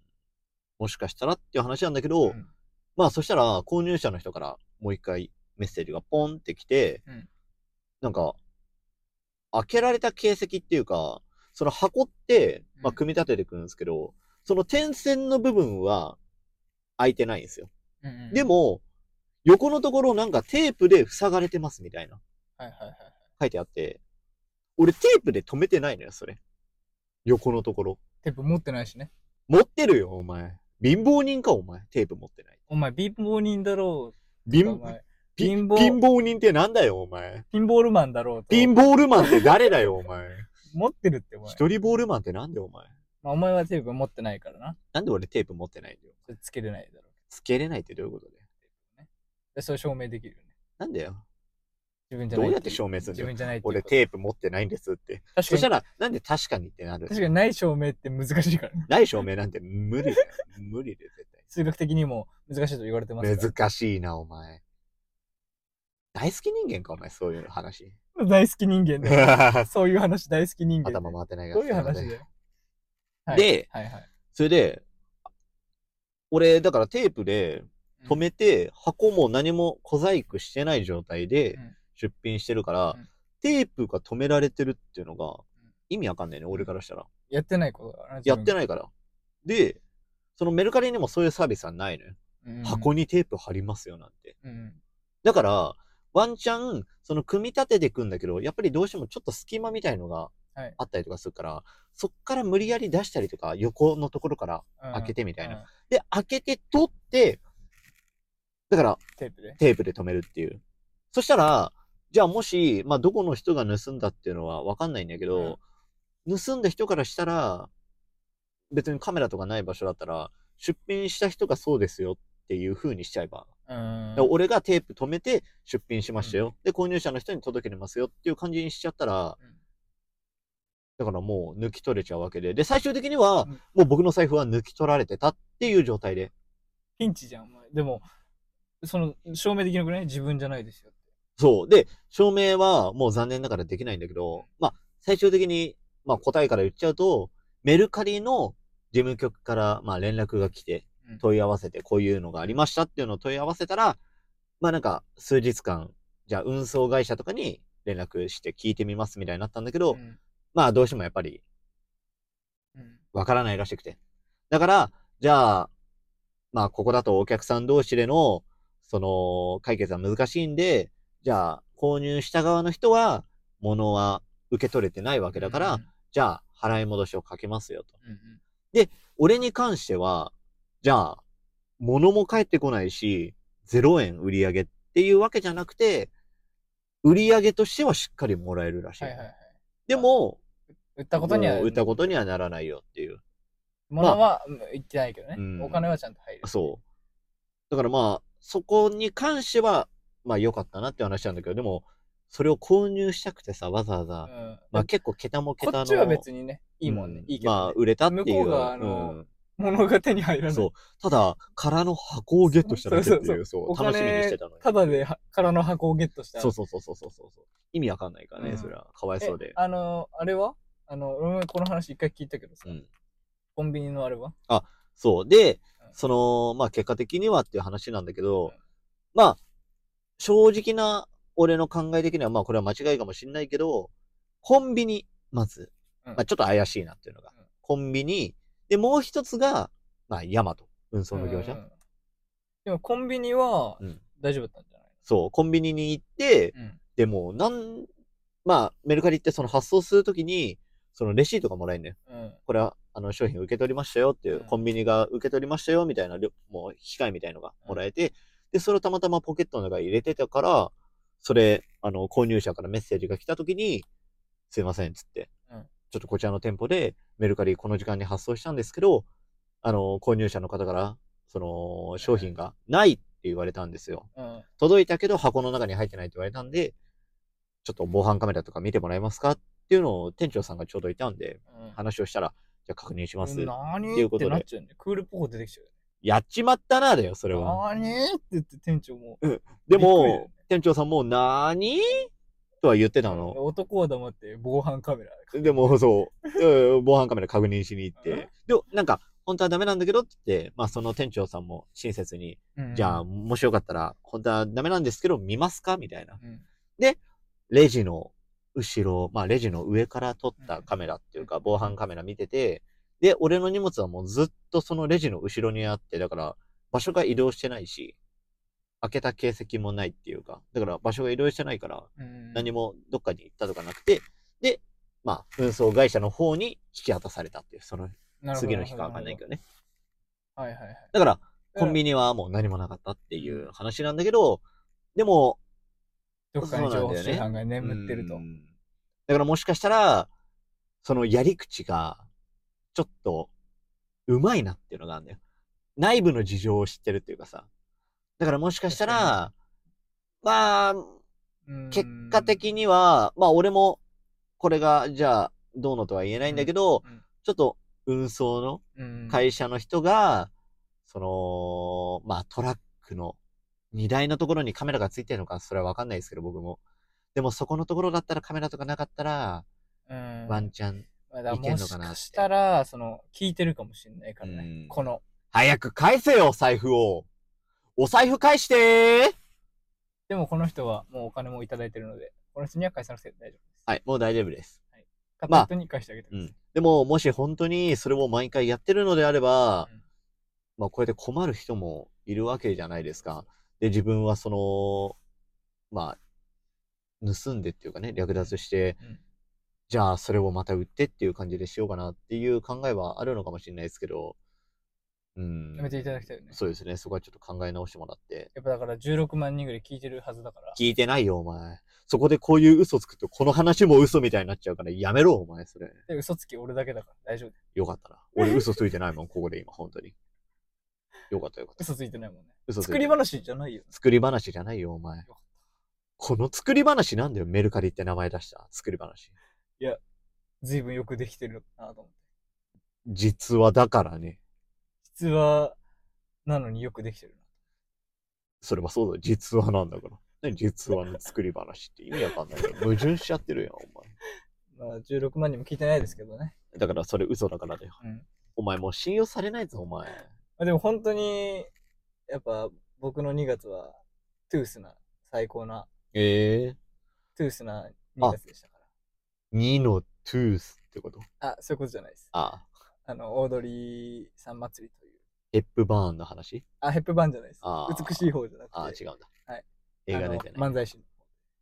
Speaker 1: もしかしたらっていう話なんだけ
Speaker 2: う
Speaker 1: ど、
Speaker 2: ん
Speaker 1: まあそしたら購入者の人からもう一回メッセージがポンってきて、
Speaker 2: うん
Speaker 1: なんか、開けられた形跡っていうか、その箱って、ま
Speaker 2: う
Speaker 1: あ
Speaker 2: ん
Speaker 1: 組み立ててくるんですけど、その点線の部分は開いてないんですよ。
Speaker 2: うんうん
Speaker 1: で、も、横のところなんかテープで塞がれてますみたいな。
Speaker 2: はいはいはい。
Speaker 1: 書いてあって、俺テープで止めてないのよ、それ。横のところ。
Speaker 2: テープ持ってないしね。
Speaker 1: 持ってるよ、お前。貧乏人か、お前。テープ持ってない。
Speaker 2: お前、貧乏人だろう。
Speaker 1: 貧、
Speaker 2: お前
Speaker 1: ピ
Speaker 2: 貧乏
Speaker 1: 貧乏人ってなんだよ、お前。
Speaker 2: ピンボールマンだろうと。
Speaker 1: ピンボールマンって誰 だよ、お前。
Speaker 2: 持ってるって、お前。
Speaker 1: 一人ボールマンってなんだよ、お前。
Speaker 2: まあ、お前はテープ持ってないからな。
Speaker 1: なんで俺テープ持ってないんだよ。
Speaker 2: それつけれないだろう。
Speaker 1: つけれないってどういうことだよ。
Speaker 2: で、それ証明できるよね。
Speaker 1: なんだよ。
Speaker 2: 自分じゃないいう。
Speaker 1: どうやって証明するんだ
Speaker 2: 自
Speaker 1: よ
Speaker 2: 分じゃないっていう
Speaker 1: 俺テープ持ってないんですって。
Speaker 2: 確
Speaker 1: そ
Speaker 2: か
Speaker 1: した
Speaker 2: に、
Speaker 1: ら、なんで確かにってなる
Speaker 2: 確かにない証明って難しいからね。
Speaker 1: ない証明なんて無理だよ。無理で絶対。
Speaker 2: 数学的にも難しいと言われてますから。
Speaker 1: 難しいな、お前。大好き人間か、お前、そうい う話。
Speaker 2: 大好き人間だよ。 そういう話大好き人間だよ。
Speaker 1: 頭回ってないが
Speaker 2: どういう話だよ。はい
Speaker 1: で
Speaker 2: はいはい。
Speaker 1: それで、俺、だからテープで止めて、箱も何も小細工してない状態で
Speaker 2: うん
Speaker 1: 出品してるから、
Speaker 2: うん
Speaker 1: テープが止められてるっていうのが
Speaker 2: ん
Speaker 1: 意味わかんないね、俺からしたら。
Speaker 2: やってないことだから
Speaker 1: やって
Speaker 2: ない。
Speaker 1: ないから。で、そのメルカリにもそういうサービスはないのよ。
Speaker 2: うん
Speaker 1: 箱にテープ貼りますよなんて。
Speaker 2: うん
Speaker 1: だから、ワンチャン、その組み立てていくんだけど、やっぱりどうしてもちょっと隙間みたいのが
Speaker 2: はい
Speaker 1: あったりとかするから、そっから無理やり出したりとか、横のところから
Speaker 2: うん
Speaker 1: 開けてみたいな。
Speaker 2: うん
Speaker 1: で、開けて取って、だから
Speaker 2: テープで。
Speaker 1: テープで止めるっていう。そしたら、じゃあもし、まあ、どこの人が盗んだっていうのはわかんないんだけど、盗んだ人からしたら、別にカメラとかない場所だったら、出品した人がそうですよっていう風にしちゃえば。
Speaker 2: うん
Speaker 1: だから俺がテープ止めて出品しましたよ。で、購入者の人に届けれますよっていう感じにしちゃったら、だからもう抜き取れちゃうわけで。で、最終的には、
Speaker 2: うん
Speaker 1: もう僕の財布は抜き取られてたっていう状態で。
Speaker 2: ピンチじゃん、お前。でも、その、証明できなくない自分じゃないですよ。
Speaker 1: そう。で、証明はもう残念ながらできないんだけど、まあ、最終的に、まあ答えから言っちゃうと、メルカリの事務局から、まあ連絡が来て、
Speaker 2: うん
Speaker 1: 問い合わせて、こういうのがありましたっていうのを問い合わせたら、まあなんか、数日間、じゃあ運送会社とかに連絡して聞いてみますみたいになったんだけど、
Speaker 2: うん
Speaker 1: まあどうしてもやっぱり
Speaker 2: うん
Speaker 1: わからないらしくて。だから、じゃあ、まあ、ここだとお客さん同士での、その、解決は難しいんで、じゃあ、購入した側の人は、物は受け取れてないわけだから、
Speaker 2: うん
Speaker 1: じゃあ、払い戻しをかけますよと。
Speaker 2: うんうん
Speaker 1: 俺に関しては、じゃあ、物も返ってこないし、0円売り上げっていうわけじゃなくて、売り上げとしてはしっかりもらえるらしい。
Speaker 2: はいはいはい。
Speaker 1: でも、
Speaker 2: 売ったことには、
Speaker 1: もう売ったことにはならないよっていう。
Speaker 2: ものはうん言ってないけどね、
Speaker 1: うん
Speaker 2: お金はちゃんと入る。
Speaker 1: そう。だからまあ、そこに関しては、まあ良かったなって話なんだけど、でも、それを購入したくてさ、わざわざ、
Speaker 2: うん
Speaker 1: まあ結構桁も桁
Speaker 2: こ
Speaker 1: の。
Speaker 2: っちは別にね、いいもんね。
Speaker 1: う
Speaker 2: いいけど、
Speaker 1: まあ売れたっていう。
Speaker 2: 向こうがあの物が手に入らなん
Speaker 1: う
Speaker 2: い。
Speaker 1: そう。ただ、空の箱をゲットしただけっていう、そう
Speaker 2: お金
Speaker 1: 楽しみにしてたのよ。
Speaker 2: ただでは空の箱をゲットした。
Speaker 1: そうそうそうそうそうそう。意味わかんないからね、
Speaker 2: うん
Speaker 1: それは。かわい
Speaker 2: え
Speaker 1: そうで。
Speaker 2: あの、あれはあの、俺もこの話一回聞いたけどさ、
Speaker 1: うん。
Speaker 2: コンビニのあれは
Speaker 1: そう。で
Speaker 2: う、ん
Speaker 1: その、まあ結果的にはっていう話なんだけ
Speaker 2: うん
Speaker 1: ど、まあ、正直な俺の考え的には、まあこれは間違いかもしれないけど、コンビニ、まず、
Speaker 2: うん
Speaker 1: まあちょっと怪しいなっていうのが
Speaker 2: うん、
Speaker 1: コンビニ、で、もう一つが、まあヤマト、運送の業者。
Speaker 2: うんでもコンビニは
Speaker 1: うん
Speaker 2: 大丈夫だったんじゃ
Speaker 1: そう、コンビニに行って、
Speaker 2: ない、うん、
Speaker 1: でも、なん、まあメルカリってその発送するときに、そのレシートがもらえんねん。
Speaker 2: うん。
Speaker 1: これは、あの、商品受け取りましたよっていう、
Speaker 2: うん
Speaker 1: コンビニが受け取りましたよみたいな、りょもう、機械みたいのがもらえて、で、それをたまたまポケットの中に入れてたから、それ、あの、購入者からメッセージが来た時に、すいません、つって、
Speaker 2: うん
Speaker 1: ちょっとこちらの店舗で、メルカリこの時間に発送したんですけど、あの、購入者の方から、その、商品がないって言われたんですよ。
Speaker 2: うん。
Speaker 1: 届いたけど箱の中に入ってないって言われたんで、ちょっと防犯カメラとか見てもらえますかっていうのを店長さんがちょうどいたんで、
Speaker 2: うん
Speaker 1: 話をしたら、じゃあ確認します。
Speaker 2: 何
Speaker 1: っていうこと
Speaker 2: っ
Speaker 1: で
Speaker 2: てなっちゃうね。クールポコ出てきちゃう
Speaker 1: やっちまったなだよ、それ
Speaker 2: よね。
Speaker 1: は。
Speaker 2: 何って言って店長も。
Speaker 1: で
Speaker 2: びっくりだよ
Speaker 1: も
Speaker 2: ね、
Speaker 1: 店長さんも、なーにとは言ってたの。
Speaker 2: 男は黙って防犯カメラ。
Speaker 1: で も、そう、うん防犯カメラ確認しに行って。で、なんか、本当はダメなんだけどって言って、まあその店長さんも親切に、
Speaker 2: うん
Speaker 1: じゃあ、、もしよかったら、本当はダメなんですけど、見ますかみたいな。
Speaker 2: うん
Speaker 1: レジの後ろ、まあレジの上から撮ったカメラっていうか、
Speaker 2: うん
Speaker 1: 防犯カメラ見てて、で、俺の荷物はもうずっとそのレジの後ろにあって、だから場所が移動してないし、開けた形跡もないっていうか、だから場所が移動してないから、
Speaker 2: うん
Speaker 1: 何もどっかに行ったとかなくて、で、まあ、運送会社の方に引き渡されたっていう、その次の日かわかんないけ
Speaker 2: ど。
Speaker 1: どね。
Speaker 2: はいはいはい。
Speaker 1: だから、コンビニはもう何もなかったっていう話なんだけど、でも、
Speaker 2: どっかに情報主犯が眠ってると
Speaker 1: う。んだからもしかしたら、そのやり口が、ちょっと、うまいなっていうのがあるんだよ。内部の事情を知ってるっていうかさ。だからもしかしたら、まあ、
Speaker 2: うん
Speaker 1: 結果的には、まあ俺も、これが、じゃあ、どうのとは言えないんだけど、
Speaker 2: うんうん
Speaker 1: ちょっと、運送の
Speaker 2: うん
Speaker 1: 会社の人が、その、まあトラックの荷台のところにカメラがついてるのか、それはわかんないですけど、僕も。でもそこのところだったらカメラとかなかったら、
Speaker 2: うん
Speaker 1: ワンチャン。
Speaker 2: まあだ
Speaker 1: い
Speaker 2: か
Speaker 1: け
Speaker 2: ら
Speaker 1: ん
Speaker 2: も
Speaker 1: のか
Speaker 2: し
Speaker 1: なって
Speaker 2: かしたら、その、聞いてるかもしれないから
Speaker 1: う
Speaker 2: ね
Speaker 1: ん。
Speaker 2: この、
Speaker 1: 早く返せよ、お財布をお財布返して
Speaker 2: でもこの人はもうお金もいただいてるので、この人には返さなくて大丈夫です。
Speaker 1: はい、もう大丈夫です。
Speaker 2: 片
Speaker 1: まあ
Speaker 2: 方に返してあげてく
Speaker 1: う
Speaker 2: ださい
Speaker 1: ん。でも、もし本当にそれを毎回やってるのであれば、
Speaker 2: うん
Speaker 1: まあ、こうやって困る人もいるわけじゃないですか。で、自分はその、まあ、盗んでっていうかね、略奪して、
Speaker 2: うん
Speaker 1: じゃあそれをまた売ってっていう感じでしようかなっていう考えはあるのかもしれないですけど、うん。
Speaker 2: やめていただきたいよね。
Speaker 1: そうですね。そこはちょっと考え直してもらって。
Speaker 2: やっぱだから16万人ぐらい聞いてるはずだから。
Speaker 1: 聞いてないよ、お前。そこでこういう嘘つくと、この話も嘘みたいになっちゃうから、やめろ、お前、それ。
Speaker 2: で嘘つき俺だけだから大丈夫。
Speaker 1: よかったな。俺嘘ついてな いもん、ここで今、本当に。よかったよかった。
Speaker 2: 嘘ついてないもんね。
Speaker 1: 嘘ついて
Speaker 2: 作り話じゃないよ。
Speaker 1: 作り話じゃないよ、お前
Speaker 2: かった。
Speaker 1: この作り話なんだよ、メルカリって名前出した。作り話。
Speaker 2: 随分よくできてるのかなと思って。
Speaker 1: 実はだからね。
Speaker 2: 実は、なのによくできてるな。
Speaker 1: それはそうだよ、実話なんだから。何実話の作り話って意味わかん ないよ。矛盾しちゃってるやん、お前。
Speaker 2: まあ、16万人も聞いてないですけどね。
Speaker 1: だからそれ嘘だからだよ。
Speaker 2: うん
Speaker 1: お前もう信用されないぞ、お前。
Speaker 2: まあ、でも本当に、やっぱ僕の2月は、トゥースな、最高な、
Speaker 1: ええ
Speaker 2: トゥースな2月でしたか
Speaker 1: 2のトゥースってこと
Speaker 2: ら。あそういうことじゃないです。
Speaker 1: ああ。
Speaker 2: あの、オードリーさん祭りという。
Speaker 1: ヘップバーンの話
Speaker 2: あ、ヘップバーンじゃないです
Speaker 1: あー。
Speaker 2: 美しい方じゃなくて。
Speaker 1: ああ、違うんだ。
Speaker 2: はい。
Speaker 1: 映
Speaker 2: あ
Speaker 1: 画
Speaker 2: の
Speaker 1: 出てない。
Speaker 2: 漫才師の。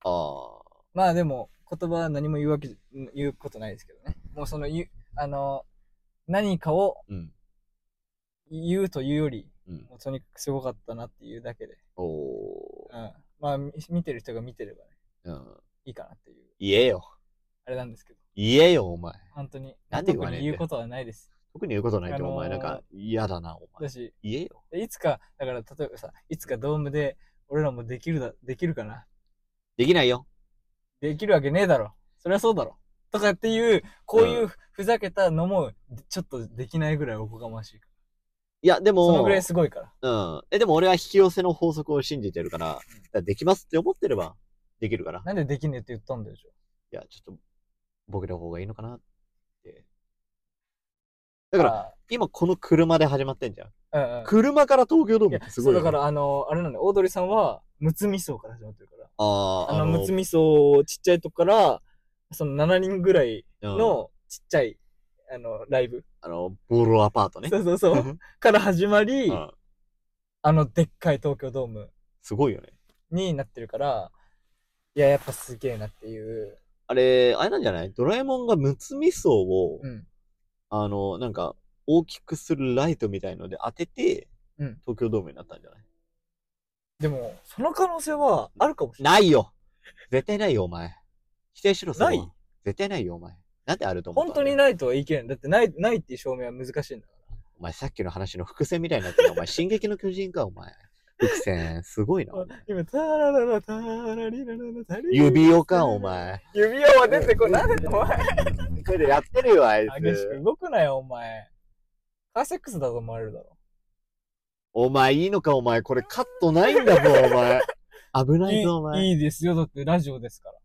Speaker 1: ああ。
Speaker 2: まあでも、言葉は何も言うわけじ、言うことないですけどね。もうその、言うあの、何かを
Speaker 1: うん。
Speaker 2: 言うというより、
Speaker 1: うん。
Speaker 2: もうとにかくすごかったなっていうだけで。
Speaker 1: おお。
Speaker 2: うん。まあ、み見てる人が見てればね、
Speaker 1: うん。
Speaker 2: いいかなっていう、
Speaker 1: 言えよ。
Speaker 2: あれなんですけど、
Speaker 1: 言えよ、お前。
Speaker 2: 本当に、
Speaker 1: なんで
Speaker 2: 特
Speaker 1: 言わねえ
Speaker 2: に
Speaker 1: んだ
Speaker 2: 言う
Speaker 1: よ
Speaker 2: ことはないです。
Speaker 1: 特に言うことないけど、
Speaker 2: あのー
Speaker 1: お前なんか嫌だな、お前
Speaker 2: だ。し、
Speaker 1: 言えよ。
Speaker 2: いつか、だから例えばさ、いつかドームで、俺らもできるだ、できるかな。
Speaker 1: できないよ。
Speaker 2: できるわけねえだろ。そりゃそうだろ。とかっていう、こういううふざけたのも、ちょっとできないぐらいおこがましいから。
Speaker 1: いや、でも、
Speaker 2: そのぐらいすごいから。
Speaker 1: うん。え、でも俺は引き寄せの法則を信じてるから、だからできますって思ってれば、できるから。い
Speaker 2: なんでできねえって言ったんだよ、じゃあ
Speaker 1: や、ちょっと、僕の方がいいのかなって。だから、
Speaker 2: ら、
Speaker 1: 今この車で始まってんじゃん。
Speaker 2: うんうん。
Speaker 1: 車から東京ドー
Speaker 2: い
Speaker 1: ム
Speaker 2: や
Speaker 1: ってす
Speaker 2: そ
Speaker 1: ご
Speaker 2: う
Speaker 1: いよ
Speaker 2: だ
Speaker 1: ね。
Speaker 2: から、あの、あれなんだよ、オードリーさんは、むつみ荘から始まってるから。
Speaker 1: あー
Speaker 2: あの、むつみそうちっちゃいとこから、その7人ぐらい
Speaker 1: うん
Speaker 2: のちっちゃい、あの、ライブ。
Speaker 1: あの、ボロアパートね
Speaker 2: そ。うそうそうう。
Speaker 1: ん
Speaker 2: から始まり、
Speaker 1: うん
Speaker 2: あの、でっかい東京ドーム
Speaker 1: すごいよね。
Speaker 2: になってるから、いや、やっぱすげえなっていう。
Speaker 1: あれ、あれなんじゃないドラえもんがむつみ荘を、
Speaker 2: うん。
Speaker 1: あの、なんか、大きくするライトみたいので当てて、
Speaker 2: うん
Speaker 1: 東京ドームになったんじゃない
Speaker 2: でも、その可能性はあるかもしれない。
Speaker 1: ないよ絶対ないよ、お前。否定しろ、それは
Speaker 2: ない
Speaker 1: 絶対ないよ、お前。なんであると思った
Speaker 2: 本当に
Speaker 1: な
Speaker 2: ないとは言い切れない。だってない、ないっていう証明は難しいんだか
Speaker 1: お前、さっきの話の伏線みたいになってる。お前、進撃の巨人か、お前。伏線、すごいな、
Speaker 2: ら
Speaker 1: お。前。
Speaker 2: 今、タラララタラリラララタリ
Speaker 1: 指輪か、お。前。
Speaker 2: 指輪は出てこい。なんでお 前。
Speaker 1: これでやってるよ、あい
Speaker 2: 激しく
Speaker 1: つ。
Speaker 2: 動くなよ、お前。カーセックスだと思われるだろ。
Speaker 1: お前、いいのか、お前。これカットないん だぞ、お前。危ないいぞ、お前。
Speaker 2: いいいですよ、だってラジオですから。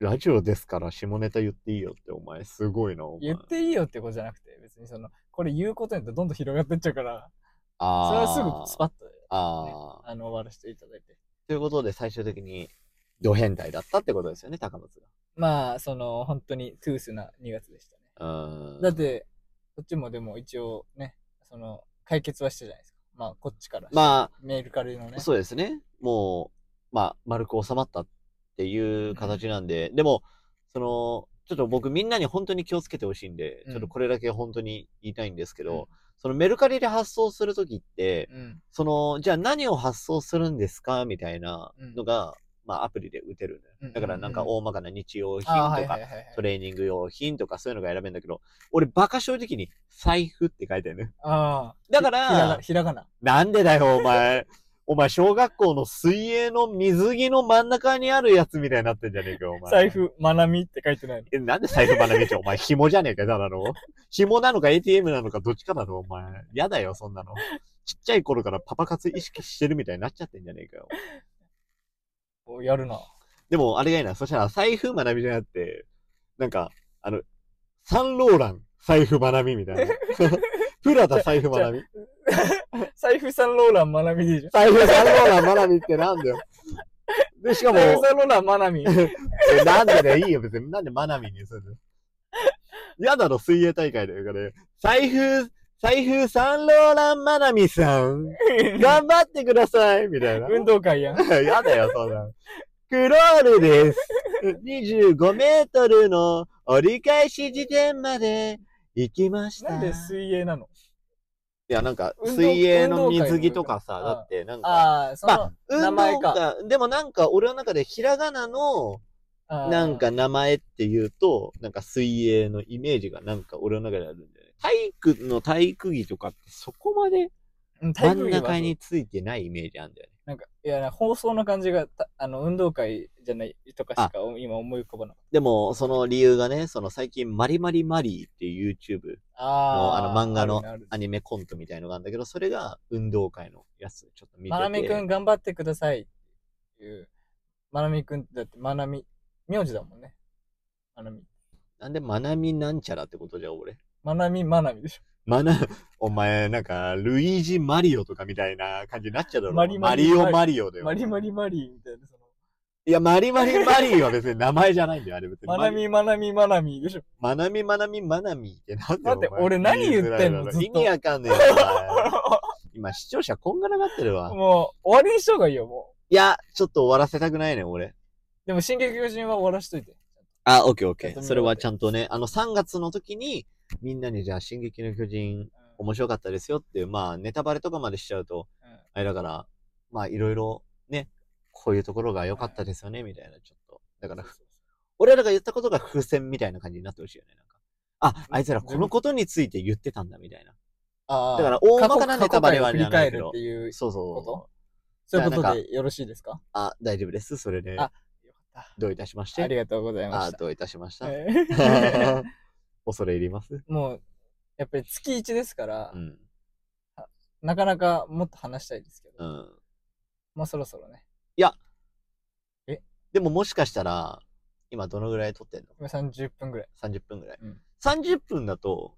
Speaker 1: ラジオですから、下ネタ言っていいよって、お前。すごいな、お
Speaker 2: 言
Speaker 1: 前。
Speaker 2: っていいよってことじゃなくて、別にその、これ言うことによってどんどん広がってっちゃうから、
Speaker 1: あー
Speaker 2: それはすぐスパッと、
Speaker 1: あー
Speaker 2: あの、終わらせていただいて。
Speaker 1: ということで、最終的に、ド変態だったってことですよね、高松
Speaker 2: まあ、その、本当にトゥースな2月でしたね。
Speaker 1: が。うーん。
Speaker 2: だって、こっちもでも一応ね、その、解決はしたじゃないですか。まあ、こっちから。
Speaker 1: ま
Speaker 2: メールからの
Speaker 1: あ、
Speaker 2: ね。
Speaker 1: そうですね。もう、まあ、丸く収まったっていう形なんで、でも、その、ちょっと僕みんなに本当に気をつけてほしいんで、
Speaker 2: うん
Speaker 1: ちょっとこれだけ本当に言いたいんですけど、
Speaker 2: うん
Speaker 1: そのメルカリで発送するときって、
Speaker 2: うん。
Speaker 1: その、じゃあ何を発送するんですかみたいなのが、まあアプリで打てるんだよ
Speaker 2: うんうんうん
Speaker 1: だからなんか大まかな日用品と
Speaker 2: あーはいは
Speaker 1: か
Speaker 2: いはいはい。
Speaker 1: トレーニング用品とかそういうのが選べるんだけど、俺バカ正直に財布って書いてるね。
Speaker 2: ああ。
Speaker 1: だか
Speaker 2: ひらが
Speaker 1: ら、
Speaker 2: ひらがな。
Speaker 1: なんでだよ、お前。お前、小学校の水泳の水着の真ん中にあるやつみたいになってんじゃねえかよ、お前。
Speaker 2: 財。布、まなみって書いてないの。
Speaker 1: え、なんで財布学びちゃうお前、紐じゃねえか、ただの。紐なのか ATM なのか、どっちかだろ、お前。やだよ、そんなの。ちっちゃい頃からパパ活意識してるみたいになっちゃってんじゃねえかよ。
Speaker 2: おやるな。
Speaker 1: でも、あれがいいな。そしたら、財布学びじゃなくて、なんか、あの、サンローラン、財布学びみたいな。 プラダ財布学び。
Speaker 2: 財布サンローランまなみでいいじゃん。
Speaker 1: 財布サンローラン、マナミってなんだよ。で、しかも、
Speaker 2: 財布サンローランまな み。
Speaker 1: えなんでだよ、いいよ、別に。なんでマナミにするのやだろ、水泳大会だよ、これ。財布、財布サンローラン、マナミさん。頑張ってください、みたいな。
Speaker 2: 運動会やん。
Speaker 1: やだよ、そんなの。クロールです。 25メートルの折り返し地点まで行きました。
Speaker 2: なんで水泳なの
Speaker 1: いや、なんか、
Speaker 2: 運動
Speaker 1: 水泳の
Speaker 2: 運動会の
Speaker 1: 水着とかさ、
Speaker 2: うん
Speaker 1: だって、なんか、
Speaker 2: ああ、そ
Speaker 1: ま
Speaker 2: の、
Speaker 1: あ、運
Speaker 2: 名
Speaker 1: 動
Speaker 2: 前か
Speaker 1: 会、でもなんか、俺の中でひらがなの、
Speaker 2: あー
Speaker 1: なんか名前っていうと、なんか水泳のイメージがなんか俺の中であるんだよね。体育の体育着とかってそこまで
Speaker 2: うん体
Speaker 1: 真
Speaker 2: 育
Speaker 1: ん
Speaker 2: 着は
Speaker 1: 中についてないイメージあるんだよね。
Speaker 2: なんか、いや、放送の感じが、たあの、運動会じゃないとかしか今思い浮かばなかっ
Speaker 1: でも、その理由がね、その最近マリマリマリーっていう YouTube
Speaker 2: た。あ
Speaker 1: もうあの漫画の
Speaker 2: あるねあ
Speaker 1: ア
Speaker 2: るね
Speaker 1: ニメコントみたいのがあるんだけど、それが運動会のやつ、ちょっと見てて。
Speaker 2: まなみくん頑張ってくださいっていう。まなみくんだって、まなみ、名字だもんね。まなみ。
Speaker 1: なんで、まなみなんちゃらってことじゃ、俺。
Speaker 2: まなみ、まなみでし
Speaker 1: まな、お前、なんか、ルイージ・マリオとかみたいな感じになっちゃうだろ。
Speaker 2: マリマリ
Speaker 1: マリオ・マリオだ
Speaker 2: ょ。
Speaker 1: よ。
Speaker 2: まりまりまりみたいな、その、
Speaker 1: いや、マリマリマリーは別に名前じゃないんだよ、あれ別に。
Speaker 2: まなみ、まなみ、まなみでしょ。
Speaker 1: マナミマナミマナミってなんで
Speaker 2: 待って
Speaker 1: お前
Speaker 2: 俺何言ってんの
Speaker 1: 言いづらいだろ
Speaker 2: ずっと
Speaker 1: 意味わかんねえよ、お前 今視聴者こんがらがってるわ。
Speaker 2: もう、終わりにした方がいいよ、も
Speaker 1: いや、ちょっと終わらせたくないね、俺。
Speaker 2: う。でも、進撃巨人は終わらしといて。
Speaker 1: あ、オッケーオッケ
Speaker 2: ちゃんと
Speaker 1: ー。
Speaker 2: 見よう
Speaker 1: それはちゃんとね、あの3月の時に、みんなにじゃあ、進撃の巨人
Speaker 2: うん
Speaker 1: 面白かったですよっていう、まあ、ネタバレとかまでしちゃうと、
Speaker 2: うん
Speaker 1: あれだから、まあ、いろいろね、こういうところが良かったですよね、みたいな、ちょっと。だから、俺らが言ったことが風船みたいな感じになってほしいよね、なんか。あ、あいつらこのことについて言ってたんだ、みたいな。
Speaker 2: ああ。
Speaker 1: だから大まかなネタバレは
Speaker 2: 過去
Speaker 1: ね
Speaker 2: 過去回を振り返るっていう、
Speaker 1: そう
Speaker 2: ことそ
Speaker 1: そ
Speaker 2: ういうこ
Speaker 1: じゃ
Speaker 2: と
Speaker 1: あなん
Speaker 2: でよろしいですか
Speaker 1: う。あ、大丈夫です。それ
Speaker 2: あ
Speaker 1: で、
Speaker 2: よかっ。
Speaker 1: どういたしました
Speaker 2: あり
Speaker 1: て。
Speaker 2: がとうございま
Speaker 1: あ
Speaker 2: し、た。
Speaker 1: どういたしました。
Speaker 2: え ー
Speaker 1: 恐れ入ります。
Speaker 2: もう、やっぱり月1ですから
Speaker 1: う、ん。
Speaker 2: なかなかもっと話したいですけ
Speaker 1: う
Speaker 2: ど、
Speaker 1: ん。
Speaker 2: まあそろそろね、
Speaker 1: でももしかしたら、今どのぐらい撮ってんの
Speaker 2: 今30分ぐらい。
Speaker 1: ?30 分ぐらい。
Speaker 2: うん
Speaker 1: 30分だと、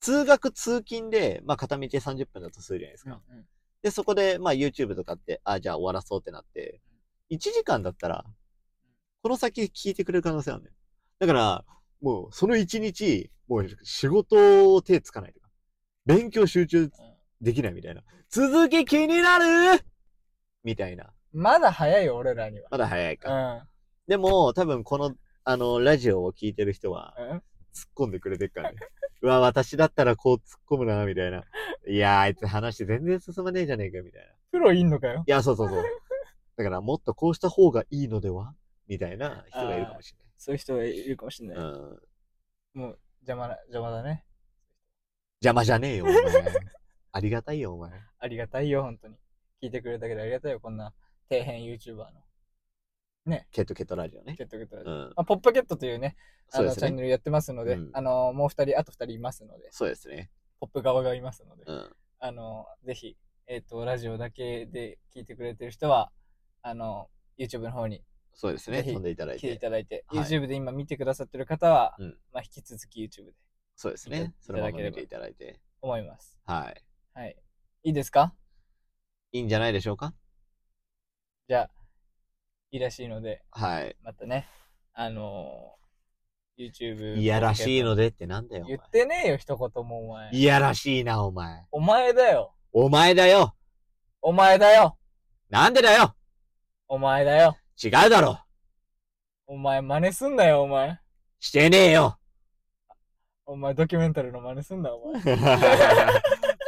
Speaker 1: 通学通勤で、まあ片道で30分だとするじゃないですか。
Speaker 2: うん
Speaker 1: で、そこで、まあ YouTube とかって、あ、じゃあ終わらそうってなって、1時間だったら、この先聞いてくれる可能性あるね。だから、もうその1日、もう仕事を手つかないとか、勉強集中できないみたいな。続き気になるみたいな。
Speaker 2: まだ早いよ、俺らには。
Speaker 1: まだ早いか。
Speaker 2: う
Speaker 1: でも、多分この、あの、ラジオを聞いてる人は、
Speaker 2: んうん。
Speaker 1: 突っ込んでくれてっからね。うわ、私だったらこう突っ込むな、みたいな。いやー、あいつ話全然進まねえじゃねえか、みたいな。
Speaker 2: プロいんのかよ。
Speaker 1: いや、そうそうそう。だから、もっとこうした方がいいのではみたいな人がいるかもし
Speaker 2: そういう人がいるかもしれ
Speaker 1: れ
Speaker 2: ない。
Speaker 1: ない。うん。
Speaker 2: もう、邪魔な、邪魔だね。
Speaker 1: 邪魔じゃねえよ、お前。ありがたいよ、お前。
Speaker 2: ありがたいよ、本当に。聞いてくれるだけでありがたいよ、こんな底辺 YouTuber の。
Speaker 1: ケットケットラジオね。
Speaker 2: ゲットゲットラジ
Speaker 1: う
Speaker 2: オ。
Speaker 1: ん。
Speaker 2: まあ、ポップゲットというね、あ
Speaker 1: そう
Speaker 2: の
Speaker 1: で
Speaker 2: チャ
Speaker 1: す
Speaker 2: ンネ
Speaker 1: ね。
Speaker 2: ルやってますので、
Speaker 1: うん
Speaker 2: あのもう二人、あと二人いますので、
Speaker 1: そうですね。
Speaker 2: ポップ側がいますので、
Speaker 1: うん。
Speaker 2: あのぜひ、えっ、と、ラジオだけで聞いてくれてる人は、あの YouTube の方に
Speaker 1: そうですね。
Speaker 2: ぜひ
Speaker 1: 飛んでいただい
Speaker 2: 来てい
Speaker 1: て。
Speaker 2: ただいて、
Speaker 1: はい
Speaker 2: YouTube で今見てくださってる方は、
Speaker 1: うん
Speaker 2: まあ、引き続き YouTube で
Speaker 1: そうです
Speaker 2: 見
Speaker 1: ね
Speaker 2: て。
Speaker 1: そのまま
Speaker 2: いただけれ
Speaker 1: 見
Speaker 2: ば
Speaker 1: ていただいて。
Speaker 2: 思います。
Speaker 1: はい。
Speaker 2: はい。いいですか
Speaker 1: いいんじゃないでしょうか
Speaker 2: じゃあ、いいらしいので、
Speaker 1: はい。
Speaker 2: またね、あの YouTube。
Speaker 1: いやらしいの
Speaker 2: で。
Speaker 1: でってなんだよ、お
Speaker 2: 言
Speaker 1: 前。
Speaker 2: ってねえよ、一言もお前。
Speaker 1: いやらしいな、お前。
Speaker 2: お前だよ。
Speaker 1: お前だよ
Speaker 2: お前だよ。
Speaker 1: なんでだよ
Speaker 2: お前だよ。
Speaker 1: 違うだろ
Speaker 2: お前真似すんなよ、お前。
Speaker 1: してねえ よ
Speaker 2: お前ドキュメンタルの真似すんな、お前。
Speaker 1: ちょっ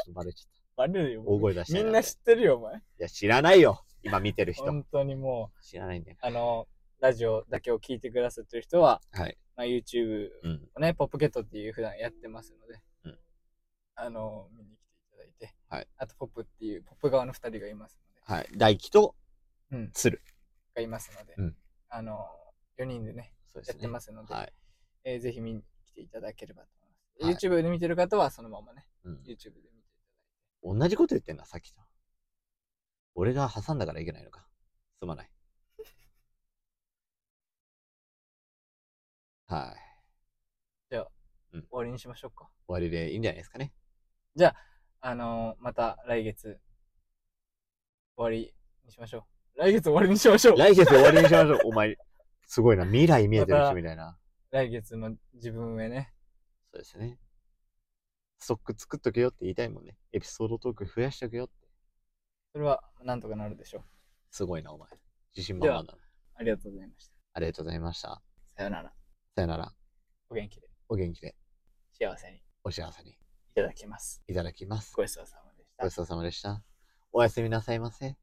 Speaker 1: とバレちゃった。
Speaker 2: バレるよ、
Speaker 1: 大
Speaker 2: もう
Speaker 1: 声出して
Speaker 2: みんな知ってるよ、お前。
Speaker 1: いや、知らないよ。今見てる人。
Speaker 2: 本当にも
Speaker 1: 知らないんだよ。
Speaker 2: う、あの、ラジオだけを聞いてくださってる人は、
Speaker 1: はい。
Speaker 2: まあ、YouTube
Speaker 1: うん。
Speaker 2: をね、ポップゲットっていう普段やってますので、
Speaker 1: うん
Speaker 2: あの、見に来ていただいて、
Speaker 1: はい
Speaker 2: あと、ポップっていう、ポップ側の二人がいますので、
Speaker 1: はい。大輝と
Speaker 2: うん、
Speaker 1: 鶴。
Speaker 2: がいますので、
Speaker 1: うん
Speaker 2: あの、4人でね、
Speaker 1: そうで
Speaker 2: やっ
Speaker 1: す
Speaker 2: て
Speaker 1: ね。
Speaker 2: ますので、
Speaker 1: はい。
Speaker 2: えーぜひ見に来ていただければと思
Speaker 1: はいい
Speaker 2: ます。YouTube で見てる方は、そのままね、
Speaker 1: うん
Speaker 2: YouTube で見ていただいて。
Speaker 1: 同じこと言ってんだ、さっきと。俺が挟んだからいけないのか。すまない。 はい。終
Speaker 2: 終わりにしましょうか。
Speaker 1: わりでいいんじゃないですかね。
Speaker 2: あのーまた来月、終わりにしましょう。来月終わりにしましょう。
Speaker 1: 来月終わりにしまし ょう。お前、すごいな。未来見えてる
Speaker 2: また
Speaker 1: 人みたいな。
Speaker 2: 来月の自分へね。
Speaker 1: そうですね。ストック作っとけよって言いたいもんね。エピソードトーク増やしとけよって。
Speaker 2: それはなんとかなるでしょう。
Speaker 1: すごいな、お前。自信満々だな。
Speaker 2: ありがとうございました。
Speaker 1: ありがとうございました。
Speaker 2: さよなら。
Speaker 1: さよなら。
Speaker 2: お元気で、
Speaker 1: お元気で、
Speaker 2: 幸せに
Speaker 1: お幸せに
Speaker 2: いただきます。
Speaker 1: いただきます。
Speaker 2: ごちそうさまでし
Speaker 1: ご
Speaker 2: た
Speaker 1: ち。そうさまでした。おやすみなさいませ。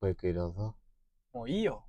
Speaker 1: ごゆっくりどうぞ。
Speaker 2: もういいよ。